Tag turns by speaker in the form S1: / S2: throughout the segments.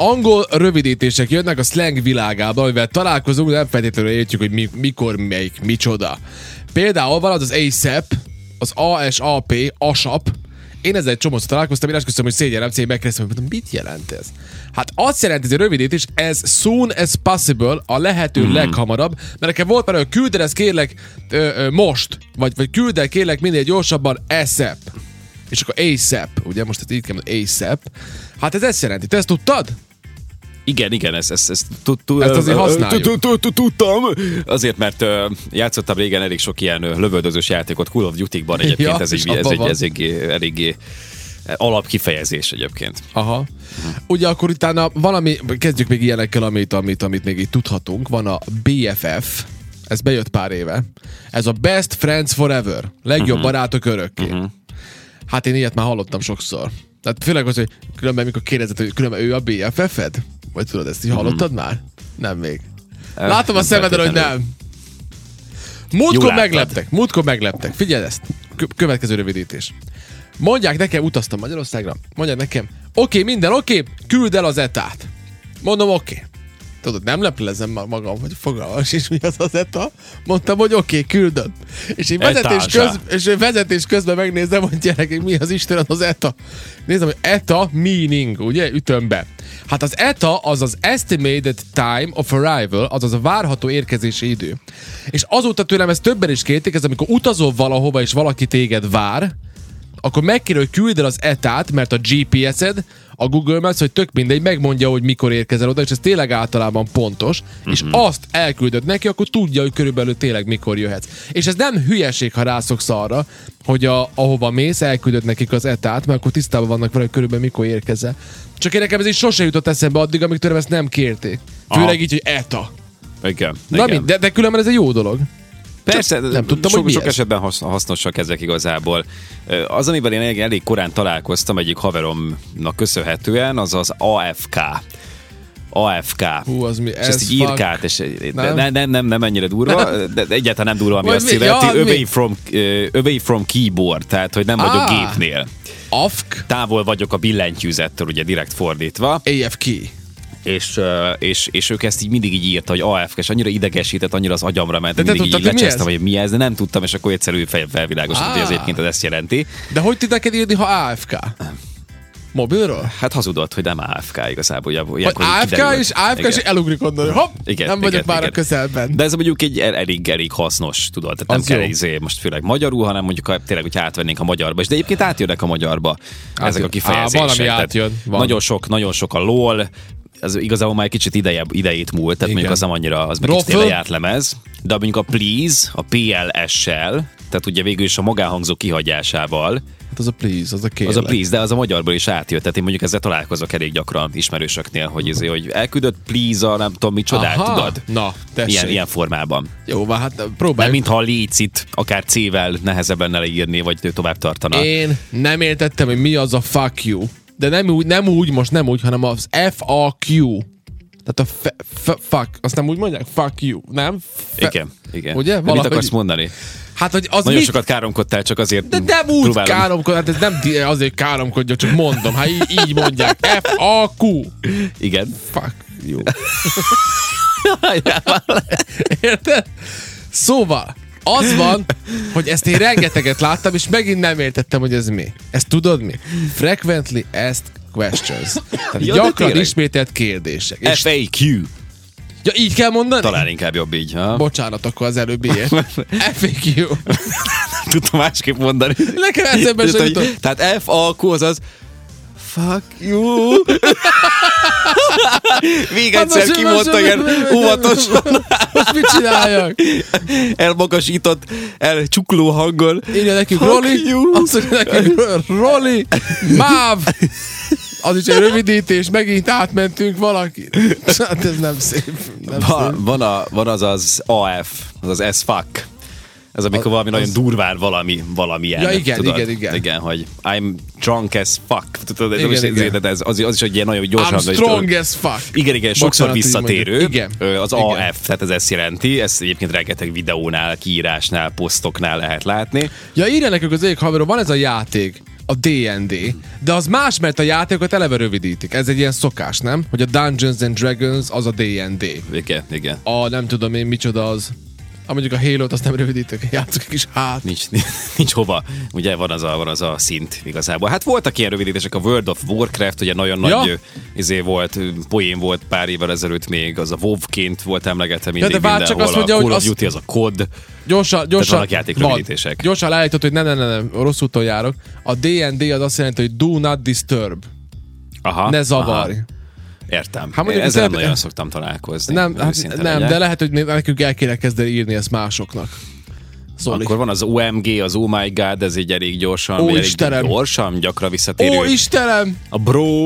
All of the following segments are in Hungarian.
S1: angol rövidítések jönnek a slang világában, amivel találkozunk, de nem feltétlenül értjük, hogy mi, mikor, melyik, micsoda. Például van az az ASAP, az ASAP, ASAP, én ezzel egy csomószor találkoztam, én esküszöm, hogy szégyenem, cég megkérdeztem, hogy mondom, mit jelent ez? Hát azt jelenti ez a rövidítés, ez soon as possible, a lehető mm. leghamarabb, mert nekem volt már, hogy küld el ezt kérlek ö, ö, most, vagy, vagy küld el kérlek minél gyorsabban ASAP. És akkor ASAP, ugye most itt így kell mondani, ASAP. Hát ez ezt jelenti, te ezt tudtad?
S2: Igen, igen, ezt, ezt, ezt, tud,
S1: Ezt azért használjuk.
S2: Tudtam. Azért, mert ö, játszottam régen elég sok ilyen ö, lövöldözős játékot, Call of Duty-ban egyébként,
S1: Ja,
S2: ez
S1: és
S2: egy, ez
S1: abban
S2: egy,
S1: van.
S2: ez egy eléggé eh, alapkifejezés egyébként.
S1: Aha. Ugye akkor utána valami, kezdjük még ilyenekkel, amit, amit, amit még így tudhatunk. Van a BFF, ez bejött pár éve. Ez a Best Friends Forever. Legjobb
S2: Mhm.
S1: barátok örökké. Hát én ilyet már hallottam sokszor. Tehát főleg az, hogy különben mikor kérdezed, hogy különben ő a BFF-ed? Vagy tudod, ezt így hallottad már? Nem még. Látom a
S2: Mhm. nem
S1: szemedre, hogy
S2: feltétlenül.
S1: nem. Múltkor
S2: Jól láttad.
S1: megleptek, múltkor megleptek. Figyeld ezt. Kö- következő rövidítés. Mondják nekem, utaztam Magyarországra, mondják nekem, oké, okay, minden oké, okay, küld el az etát. Mondom, oké. Okay. Tudod, nem leplezem már magam, hogy fogalmas is, mi az az eta. Mondtam, hogy oké, okay, küldöm. És én vezetés,
S2: Etása.
S1: közben, és én vezetés közben megnézem, hogy gyerekek, mi az Isten az az eta. Nézem, hogy eta meaning, ugye, ütömbe. Hát az eta az az estimated time of arrival, azaz a várható érkezési idő. És azóta tőlem ez többen is kérték, ez amikor utazol valahova és valaki téged vár, akkor megkér, hogy küld el az etát, mert a GPS-ed, a Google Maps, hogy tök mindegy, megmondja, hogy mikor érkezel oda, és ez tényleg általában pontos, uh-huh.
S2: Mhm.
S1: és azt elküldöd neki, akkor tudja, hogy körülbelül tényleg mikor jöhetsz. És ez nem hülyeség, ha rászoksz arra, hogy a, ahova mész, elküldöd nekik az etát, mert akkor tisztában vannak vele, hogy körülbelül mikor érkezel. Csak én nekem ez így sose jutott eszembe addig, amíg tőlem ezt nem kérték. Főleg
S2: Aha.
S1: így, hogy eta.
S2: Igen.
S1: Na
S2: igen.
S1: mind, de, de különben ez egy jó dolog.
S2: Persze,
S1: nem tudtam,
S2: sok,
S1: hogy mi
S2: sok
S1: ez.
S2: esetben hasz- hasznosak ezek igazából. Ö, Az, amivel én elég- elég korán találkoztam egyik haveromnak köszönhetően, az az AFK. AFK.
S1: Hú, az mi?
S2: és ezt így
S1: fuck.
S2: írkált, és
S1: Nem?
S2: nem? Ne, nem, nem, nem ennyire durva, de egyáltalán nem durva, ami
S1: Vagy
S2: azt
S1: mi?
S2: jelenti,
S1: Ja, mi?
S2: away from, ö, away from keyboard, tehát, hogy nem vagyok
S1: Ah.
S2: gépnél.
S1: AFK,
S2: Távol vagyok a billentyűzettől, ugye direkt fordítva
S1: AFK.
S2: és, ö, és, és ők ezt így mindig így írta, hogy AFK, és annyira idegesített, annyira az agyamra ment,
S1: De te
S2: mindig így
S1: tudtad, hogy mi
S2: lecsesztem,
S1: ez? Ah.
S2: hogy mi ez, de nem tudtam, és akkor egyszerű fel, felvilágosodott, hogy ez
S1: Á.
S2: egyébként ez ezt jelenti.
S1: De hogy tud neked írni, ha AFK? Mobilról?
S2: Hát hazudott, hogy nem AFK igazából. Ugye,
S1: Vagy
S2: ilyenkor így
S1: AFK
S2: kiderült.
S1: és AFK és
S2: Igen.
S1: elugrik onnan, hogy hopp,
S2: Igen,
S1: nem vagyok
S2: igen,
S1: már
S2: igen.
S1: a közelben.
S2: De ez mondjuk egy el- elég, elég hasznos, tudod. Tehát nem
S1: Az
S2: kell
S1: jó.
S2: izé, most főleg magyarul, hanem mondjuk ha tényleg, hogy átvennénk a magyarba. És de egyébként átjönnek a magyarba ezek a kifejezések.
S1: Á, valami
S2: Tehát
S1: átjön, van.
S2: Nagyon sok, nagyon sok a LOL, ez igazából már egy kicsit ideje, idejét múlt, tehát
S1: Igen.
S2: mondjuk az nem annyira, az meg
S1: Rofl.
S2: kicsit lejárt lemez, de mondjuk a Please, a PLS-sel, tehát ugye végül is a magánhangzó kihagyásával,
S1: Hát az a please, az a kérlek.
S2: az a please, de az a magyarból is átjött. Tehát én mondjuk ezzel találkozok elég gyakran ismerősöknél, hogy, izé, hogy elküldött please a nem tudom micsodát,
S1: Aha.
S2: tudod?
S1: Na, tessék.
S2: Ilyen, ilyen formában.
S1: Jó, van, hát
S2: Nem,
S1: próbálj.
S2: mintha a lécit akár C-vel nehezebben leírni, vagy ő tovább tartana.
S1: Én nem értettem, hogy mi az a fuck you. De nem úgy, nem úgy most nem úgy, hanem az F-A-Q. Tehát a fe, fe, fuck, azt nem úgy mondják? Fuck you, nem? Fe,
S2: igen, igen.
S1: Ugye?
S2: De mit
S1: Valahogy-
S2: akarsz mondani?
S1: Hát, hogy az
S2: Nagyon
S1: mit
S2: sokat káromkodtál, csak azért
S1: De nem úgy
S2: próbálom.
S1: káromkod, hát ez nem ti- azért káromkodja, csak mondom, hát így, így mondják. F-A-Q.
S2: Igen.
S1: Fuck jó. Érted? Szóval, az van, hogy ezt én rengeteget láttam, és megint nem értettem, hogy ez mi. Ezt tudod mi? Frequently asked questions. Tehát
S2: Ja, de
S1: gyakran
S2: tényleg.
S1: ismételt kérdések. És,
S2: FAQ.
S1: ja, így kell mondani?
S2: Talán inkább jobb így. Ha?
S1: Bocsánat, akkor az előbbiért. FAQ.
S2: Tudtam másképp mondani.
S1: Nekem eszembe sem
S2: Tehát,
S1: jutott.
S2: hogy- Tehát FAQ az az Fuck you. Még
S1: Hát
S2: egyszer
S1: most-
S2: kimondta
S1: most-
S2: ilyen óvatosan,
S1: Most mit csináljak?
S2: elmagasított, elcsukló hanggal.
S1: Írja nekünk
S2: Fuck
S1: Roli,
S2: you.
S1: azt mondja nekünk Roli, Máv, az is egy rövidítés, megint átmentünk valakit. Hát ez nem szép. Nem szép.
S2: Van, van, a, van az az AF, az az S fuck. Ez amikor valami az... nagyon durván valami, valamilyen.
S1: Ja, igen,
S2: tudod?
S1: igen, igen.
S2: Igen, hogy I'm drunk as fuck. Tudod,
S1: Igen,
S2: igen, is,
S1: igen.
S2: igen. Ez, az, az is egy ilyen nagyon gyorsan.
S1: I'm
S2: hogy-
S1: strong as fuck.
S2: Igen, igen, sokszor
S1: Bocsánat, így
S2: visszatérő.
S1: mondjuk. Igen.
S2: Ö, Az
S1: Igen.
S2: AF, tehát ez ezt jelenti. Ezt egyébként rengeteg videónál, kiírásnál, posztoknál lehet látni.
S1: Ja, írja nekünk az egyik haverom, van ez a játék. a D&D. De az más, mert a játékokat eleve rövidítik. Ez egy ilyen szokás, nem? Hogy a Dungeons and Dragons az a D&D.
S2: Igen, igen.
S1: A nem tudom én micsoda az. Ha mondjuk a Halo-t, azt nem rövidítik, játszok egy kis hát.
S2: Nincs, nincs hova. Ugye van az, a, van az a szint igazából. Hát voltak ilyen rövidítések, a World of Warcraft, ugye nagyon
S1: Ja.
S2: nagy ö, izé volt, ö, poén volt pár évvel ezelőtt még, az a WoW-ként volt emlegetve mindig
S1: de vár, csak
S2: mindenhol,
S1: azt mondja,
S2: a
S1: hogy
S2: Call of
S1: azt-
S2: Duty, az a COD.
S1: Gyorsan, gyorsan.
S2: vannak játék
S1: van.
S2: rövidítések.
S1: Gyorsan leállított, hogy ne, ne, ne, ne, rossz úton járok. A D&D az azt jelenti, hogy do not disturb.
S2: Aha,
S1: Ne
S2: aha,
S1: zavarj.
S2: Értem.
S1: Hát
S2: Hát
S1: mondjuk
S2: Ezzel
S1: inkább-
S2: nem nagyon szoktam találkozni.
S1: Nem, hát,
S2: őszinte
S1: nem
S2: legyek.
S1: de lehet, hogy még nekünk el kéne kezdeni írni ezt másoknak. Szóval Szóli.
S2: Akkor van az OMG, az Oh My God, ez így elég gyorsan,
S1: Ó,
S2: vagy elég
S1: Istenem!
S2: gyorsan, gyakran visszatérő.
S1: Ó, Istenem!
S2: A bro,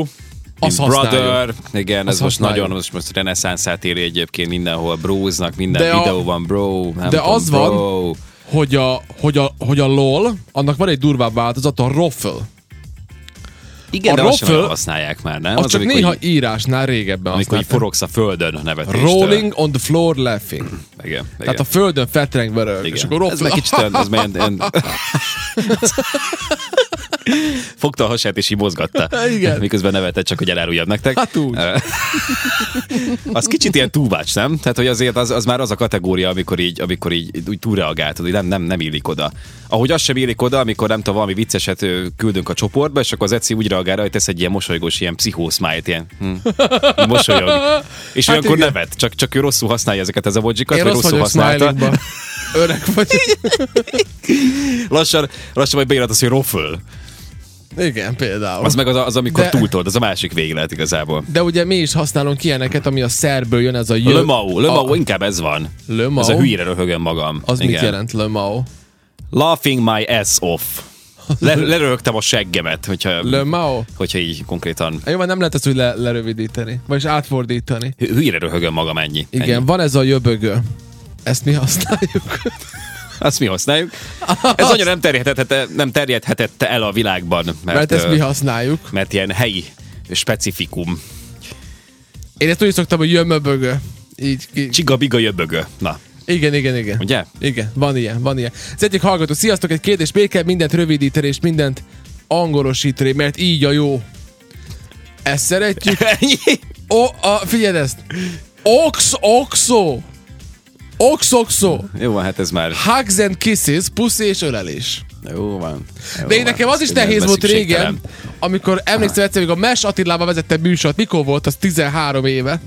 S1: Azt
S2: mint brother, igen,
S1: Azt
S2: ez most
S1: használjuk.
S2: nagyon, most, most reneszánszát éri egyébként mindenhol, bróznak, minden
S1: De a-
S2: videó van, bro,
S1: de
S2: nem tudom,
S1: az van-
S2: bro.
S1: Hogy a, hogy, a, hogy a LOL, annak van egy durvább változata, a roffle.
S2: Igen,
S1: a
S2: de azt
S1: roffle-
S2: sem nagyon használják már, nem?
S1: Az, csak
S2: amikor,
S1: néha
S2: így-
S1: írásnál régebben
S2: amikor így
S1: használták.
S2: forogsz a földön nevetéstől.
S1: Rolling on the floor laughing.
S2: Igen, igen.
S1: Tehát a földön fetrengve rög.
S2: Igen.
S1: És akkor
S2: Ez meg
S1: roffle.
S2: kicsit olyan, ez meg ilyen, ilyen... Fogta a hasát és így mozgatta.
S1: Igen.
S2: Miközben nevetett, csak hogy eláruljam nektek.
S1: Hát úgy.
S2: az kicsit ilyen túlbács, nem? Tehát, hogy azért az, az, már az a kategória, amikor így, amikor így, úgy túlreagáltad, hogy nem, nem, nem illik oda. Ahogy az sem illik oda, amikor nem tudom, valami vicceset ö, küldünk a csoportba, és akkor az Eci úgy reagál, rá, hogy tesz egy ilyen mosolygós, ilyen pszichószmájt, ilyen hm, így mosolyog. És
S1: Hát
S2: hát olyankor
S1: igen.
S2: nevet, csak, csak ő rosszul használja ezeket az emojikat,
S1: Én
S2: vagy
S1: rossz
S2: rosszul
S1: vagyok
S2: használta.
S1: smilingban. Öreg vagy.
S2: Lassan, lassan majd beírat az, hogy roföl.
S1: Igen, például.
S2: Az meg az, az amikor
S1: De-
S2: De... túltold, az a másik véglet igazából.
S1: De ugye mi is használunk ilyeneket, ami a szerből jön, ez a jö...
S2: Lömau, lömau,
S1: a-
S2: inkább ez van.
S1: Lömau?
S2: Ez a hülyére röhögöm magam.
S1: Az mit jelent lömau?
S2: Laughing my ass off. Le, leröhögtem a seggemet, hogyha,
S1: Lömau?
S2: hogyha így konkrétan
S1: Hát Jó, mert nem lehet ezt úgy le- lerövidíteni, vagyis átfordítani.
S2: hü- hülyére röhögöm magam ennyi.
S1: Igen,
S2: Ennyi.
S1: van ez a jöbögő. Ezt mi használjuk.
S2: Azt mi használjuk. Ez nagyon nem terjedhetette, nem terjedhetette el a világban, mert,
S1: Mert ezt
S2: ö,
S1: mi használjuk.
S2: mert ilyen helyi specifikum.
S1: Én ezt úgy szoktam, hogy jömöbögő. Így, ki.
S2: Csiga-biga jöbögö. Na,
S1: Igen, igen, igen.
S2: Ugye?
S1: Igen, van ilyen, van ilyen. Az egyik hallgató, sziasztok, egy kérdés, miért kell mindent rövidíteni és mindent angolosítani, mert így a jó. Ezt szeretjük.
S2: ennyi.
S1: Ó, a, figyeld ezt. Ox, oxo. Ox, oxo.
S2: Jó van, hát ez már...
S1: Hugs and kisses, puszi és ölelés.
S2: Jó van. Jó
S1: De én
S2: van.
S1: nekem az is
S2: Minden
S1: nehéz volt
S2: szükségtelen.
S1: régen, amikor emlékszem egyszer, még a Mes Attilával vezette műsort, mikor volt, az 13 éve,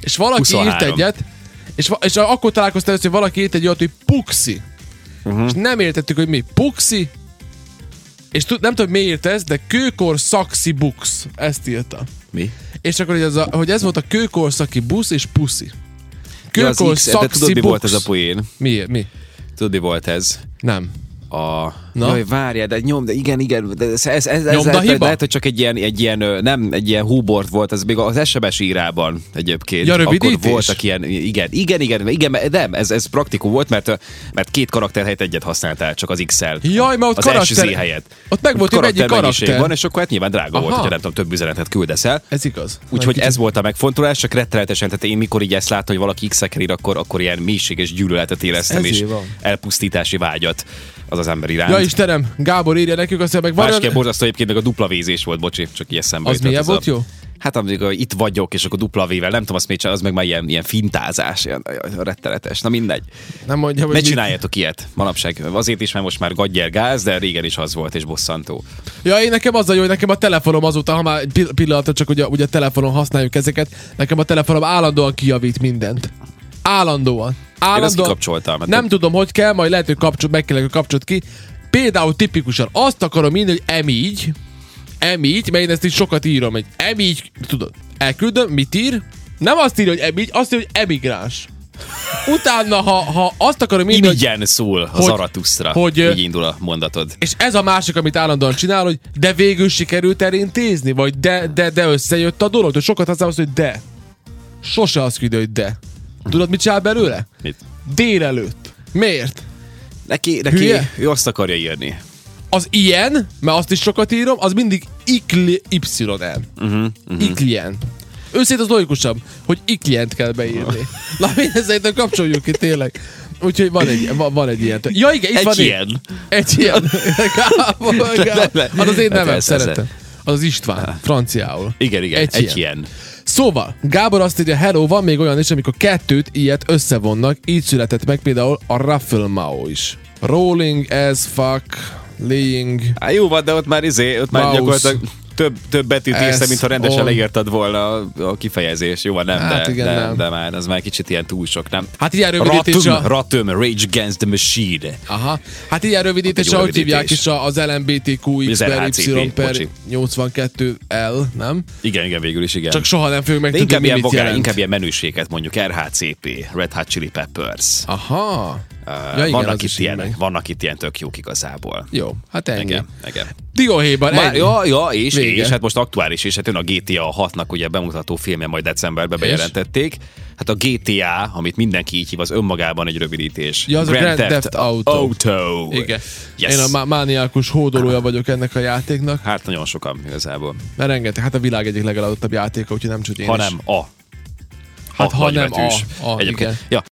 S1: és valaki
S2: 23.
S1: írt egyet, és, va- és akkor találkoztam először, hogy valaki írt egy olyat, hogy Puxi.
S2: Mhm.
S1: Uh-huh. És nem értettük, hogy mi. Puxi, és tud, nem tudom, miért ez, de kőkor szaxi bux. Ezt írta.
S2: Mi?
S1: És akkor, hogy ez, a, hogy ez volt a kőkorszaki busz és puszi.
S2: Ja, az
S1: Kőkor
S2: X, de tudod,
S1: szaxi
S2: mi volt
S1: bux.
S2: ez a poén?
S1: Mi? Mi?
S2: Tudod, mi volt ez?
S1: Nem.
S2: A...
S1: Na?
S2: Na? Jaj, várjál, de nyomd, de igen, igen, de ez, ez, ez, ez
S1: Nyomd a
S2: lehet,
S1: hiba?
S2: lehet, hogy csak egy ilyen, egy ilyen, ö, nem, egy ilyen húbort volt, ez még az SMS írában egyébként.
S1: Ja,
S2: Akkor
S1: rövidítés?
S2: voltak ilyen, igen, igen, igen, igen, mert nem, ez, ez praktikum volt, mert, ö, mert két karakter helyett egyet használtál, csak az XL.
S1: Jaj, mert ott
S2: az
S1: karakter-
S2: SZ helyett.
S1: ott meg volt, hogy mennyi
S2: karaktermennyiség
S1: karakter.
S2: Van, és akkor hát nyilván drága Aha. volt,
S1: Aha.
S2: hogyha nem tudom, több üzenetet küldesz el.
S1: Ez igaz.
S2: Úgyhogy ez volt a megfontolás, csak rettenetesen, tehát én mikor így ezt láttam, hogy valaki x ír, akkor, akkor ilyen mélységes gyűlöletet éreztem,
S1: ezért
S2: és
S1: van.
S2: elpusztítási vágyat az az ember iránt.
S1: Ja, Istenem, Gábor írja nekünk, azt mondja, meg van...
S2: Másképp borzasztó egyébként meg a dupla vézés volt, bocsi, csak ilyen szembe
S1: Az
S2: jutott
S1: milyen
S2: ez
S1: volt
S2: a...
S1: jó?
S2: Hát amikor itt vagyok, és akkor dupla vével, nem tudom, azt még csak, az meg már ilyen, ilyen fintázás, ilyen jaj, rettenetes, na mindegy.
S1: Nem mondja, hogy
S2: Ne
S1: mit-
S2: csináljatok ilyet manapság. Azért is, mert most már gadjer gáz, de régen is az volt, és bosszantó.
S1: Ja, én nekem az a jó, hogy nekem a telefonom azóta, ha már egy pill- pillanatra csak ugye, ugye telefonon használjuk ezeket, nekem a telefonom állandóan kijavít mindent. Állandóan.
S2: Én azt
S1: Állandóan.
S2: kikapcsoltam. hát mert
S1: Nem tudom, hogy kell, majd lehet, hogy kapcsol, meg kell, hogy kapcsolt ki. Például tipikusan azt akarom írni, hogy em így, em így, mert én ezt is sokat írom, hogy em így, tudod, elküldöm, mit ír? Nem azt írja, hogy em így, azt írja, hogy emigráns. Utána, ha, ha azt akarom írni, hogy
S2: Irigyen szól az
S1: hogy-
S2: Aratusztra.
S1: hogy, ö,
S2: így indul a mondatod.
S1: És ez a másik, amit állandóan csinál, hogy de végül sikerült elintézni, vagy de, de, de összejött a dolog. Hogy sokat használsz, hogy de. Sose azt küldő, hogy de. Tudod, mit csinál belőle?
S2: Mit?
S1: Délelőtt. Miért?
S2: Neki, neki
S1: Hülye?
S2: ő azt akarja írni.
S1: Az ilyen, mert azt is sokat írom, az mindig ikli, y
S2: Mhm,
S1: uh-huh, uh-huh. Iklien. Őszintén az logikusabb, hogy iklient kell beírni. Na, mi ezzel kapcsoljuk ki tényleg. Úgyhogy van egy, van, van egy ilyen. Ja, igen, itt
S2: Egy
S1: van
S2: ilyen.
S1: Egy ilyen. Gábor, Gábor. Az az én
S2: Hát
S1: nevem,
S2: ez,
S1: szeretem. Az az István, franciául.
S2: Igen, igen, egy, egy ilyen.
S1: Szóval, Gábor azt írja, hello, van még olyan is, amikor kettőt ilyet összevonnak, így született meg például a Ruffle Mao is. Rolling as fuck, laying,
S2: Á, jó van, de ott már izé, ott már
S1: Mouse.
S2: gyakorlatilag több, több betűt
S1: Ez
S2: írsz, mint ha rendesen
S1: on.
S2: leírtad volna a, a kifejezés. Jó van, nem,
S1: Hát
S2: de,
S1: igen,
S2: de,
S1: nem.
S2: de, már, az már kicsit ilyen túl sok, nem?
S1: Hát ilyen rövidítés
S2: Ratum,
S1: a-
S2: ratum, Rage Against the Machine.
S1: Aha. Hát ilyen rövidítés,
S2: Jó
S1: ahogy
S2: rövidítés.
S1: hívják is a- az LMBTQ, X
S2: Az
S1: per
S2: LHCP,
S1: Y per
S2: bocsi.
S1: 82L, nem?
S2: Igen, igen, végül is igen.
S1: Csak soha nem fogjuk
S2: de
S1: megtudni,
S2: inkább,
S1: mi
S2: ilyen
S1: mit
S2: vogál,
S1: jelent.
S2: inkább ilyen menőséget mondjuk, RHCP, Red Hot Chili Peppers.
S1: Aha.
S2: Uh,
S1: Ja, igen, az
S2: vannak,
S1: is
S2: itt
S1: így
S2: ilyen,
S1: meg.
S2: vannak itt ilyen tök jók igazából.
S1: Jó, hát ennyi.
S2: Igen, igen.
S1: Dióhéjban
S2: Már,
S1: ennyi.
S2: ja, ja, és,
S1: Vége.
S2: és hát most aktuális, és hát jön a GTA 6-nak ugye bemutató filmje majd decemberben
S1: És?
S2: bejelentették. Hát a GTA, amit mindenki így hív, az önmagában egy rövidítés.
S1: Ja, az a Grand Theft Auto.
S2: Auto.
S1: Igen.
S2: Yes.
S1: Én a má- mániákus hódolója vagyok ennek a játéknak,
S2: Hát nagyon sokan igazából.
S1: mert rengeteg, hát a világ egyik legeladottabb játéka, úgyhogy nem csak én is.
S2: Hanem a.
S1: hát,
S2: a
S1: ha nem a,
S2: nagybetűs.
S1: a, igen.
S2: Ja,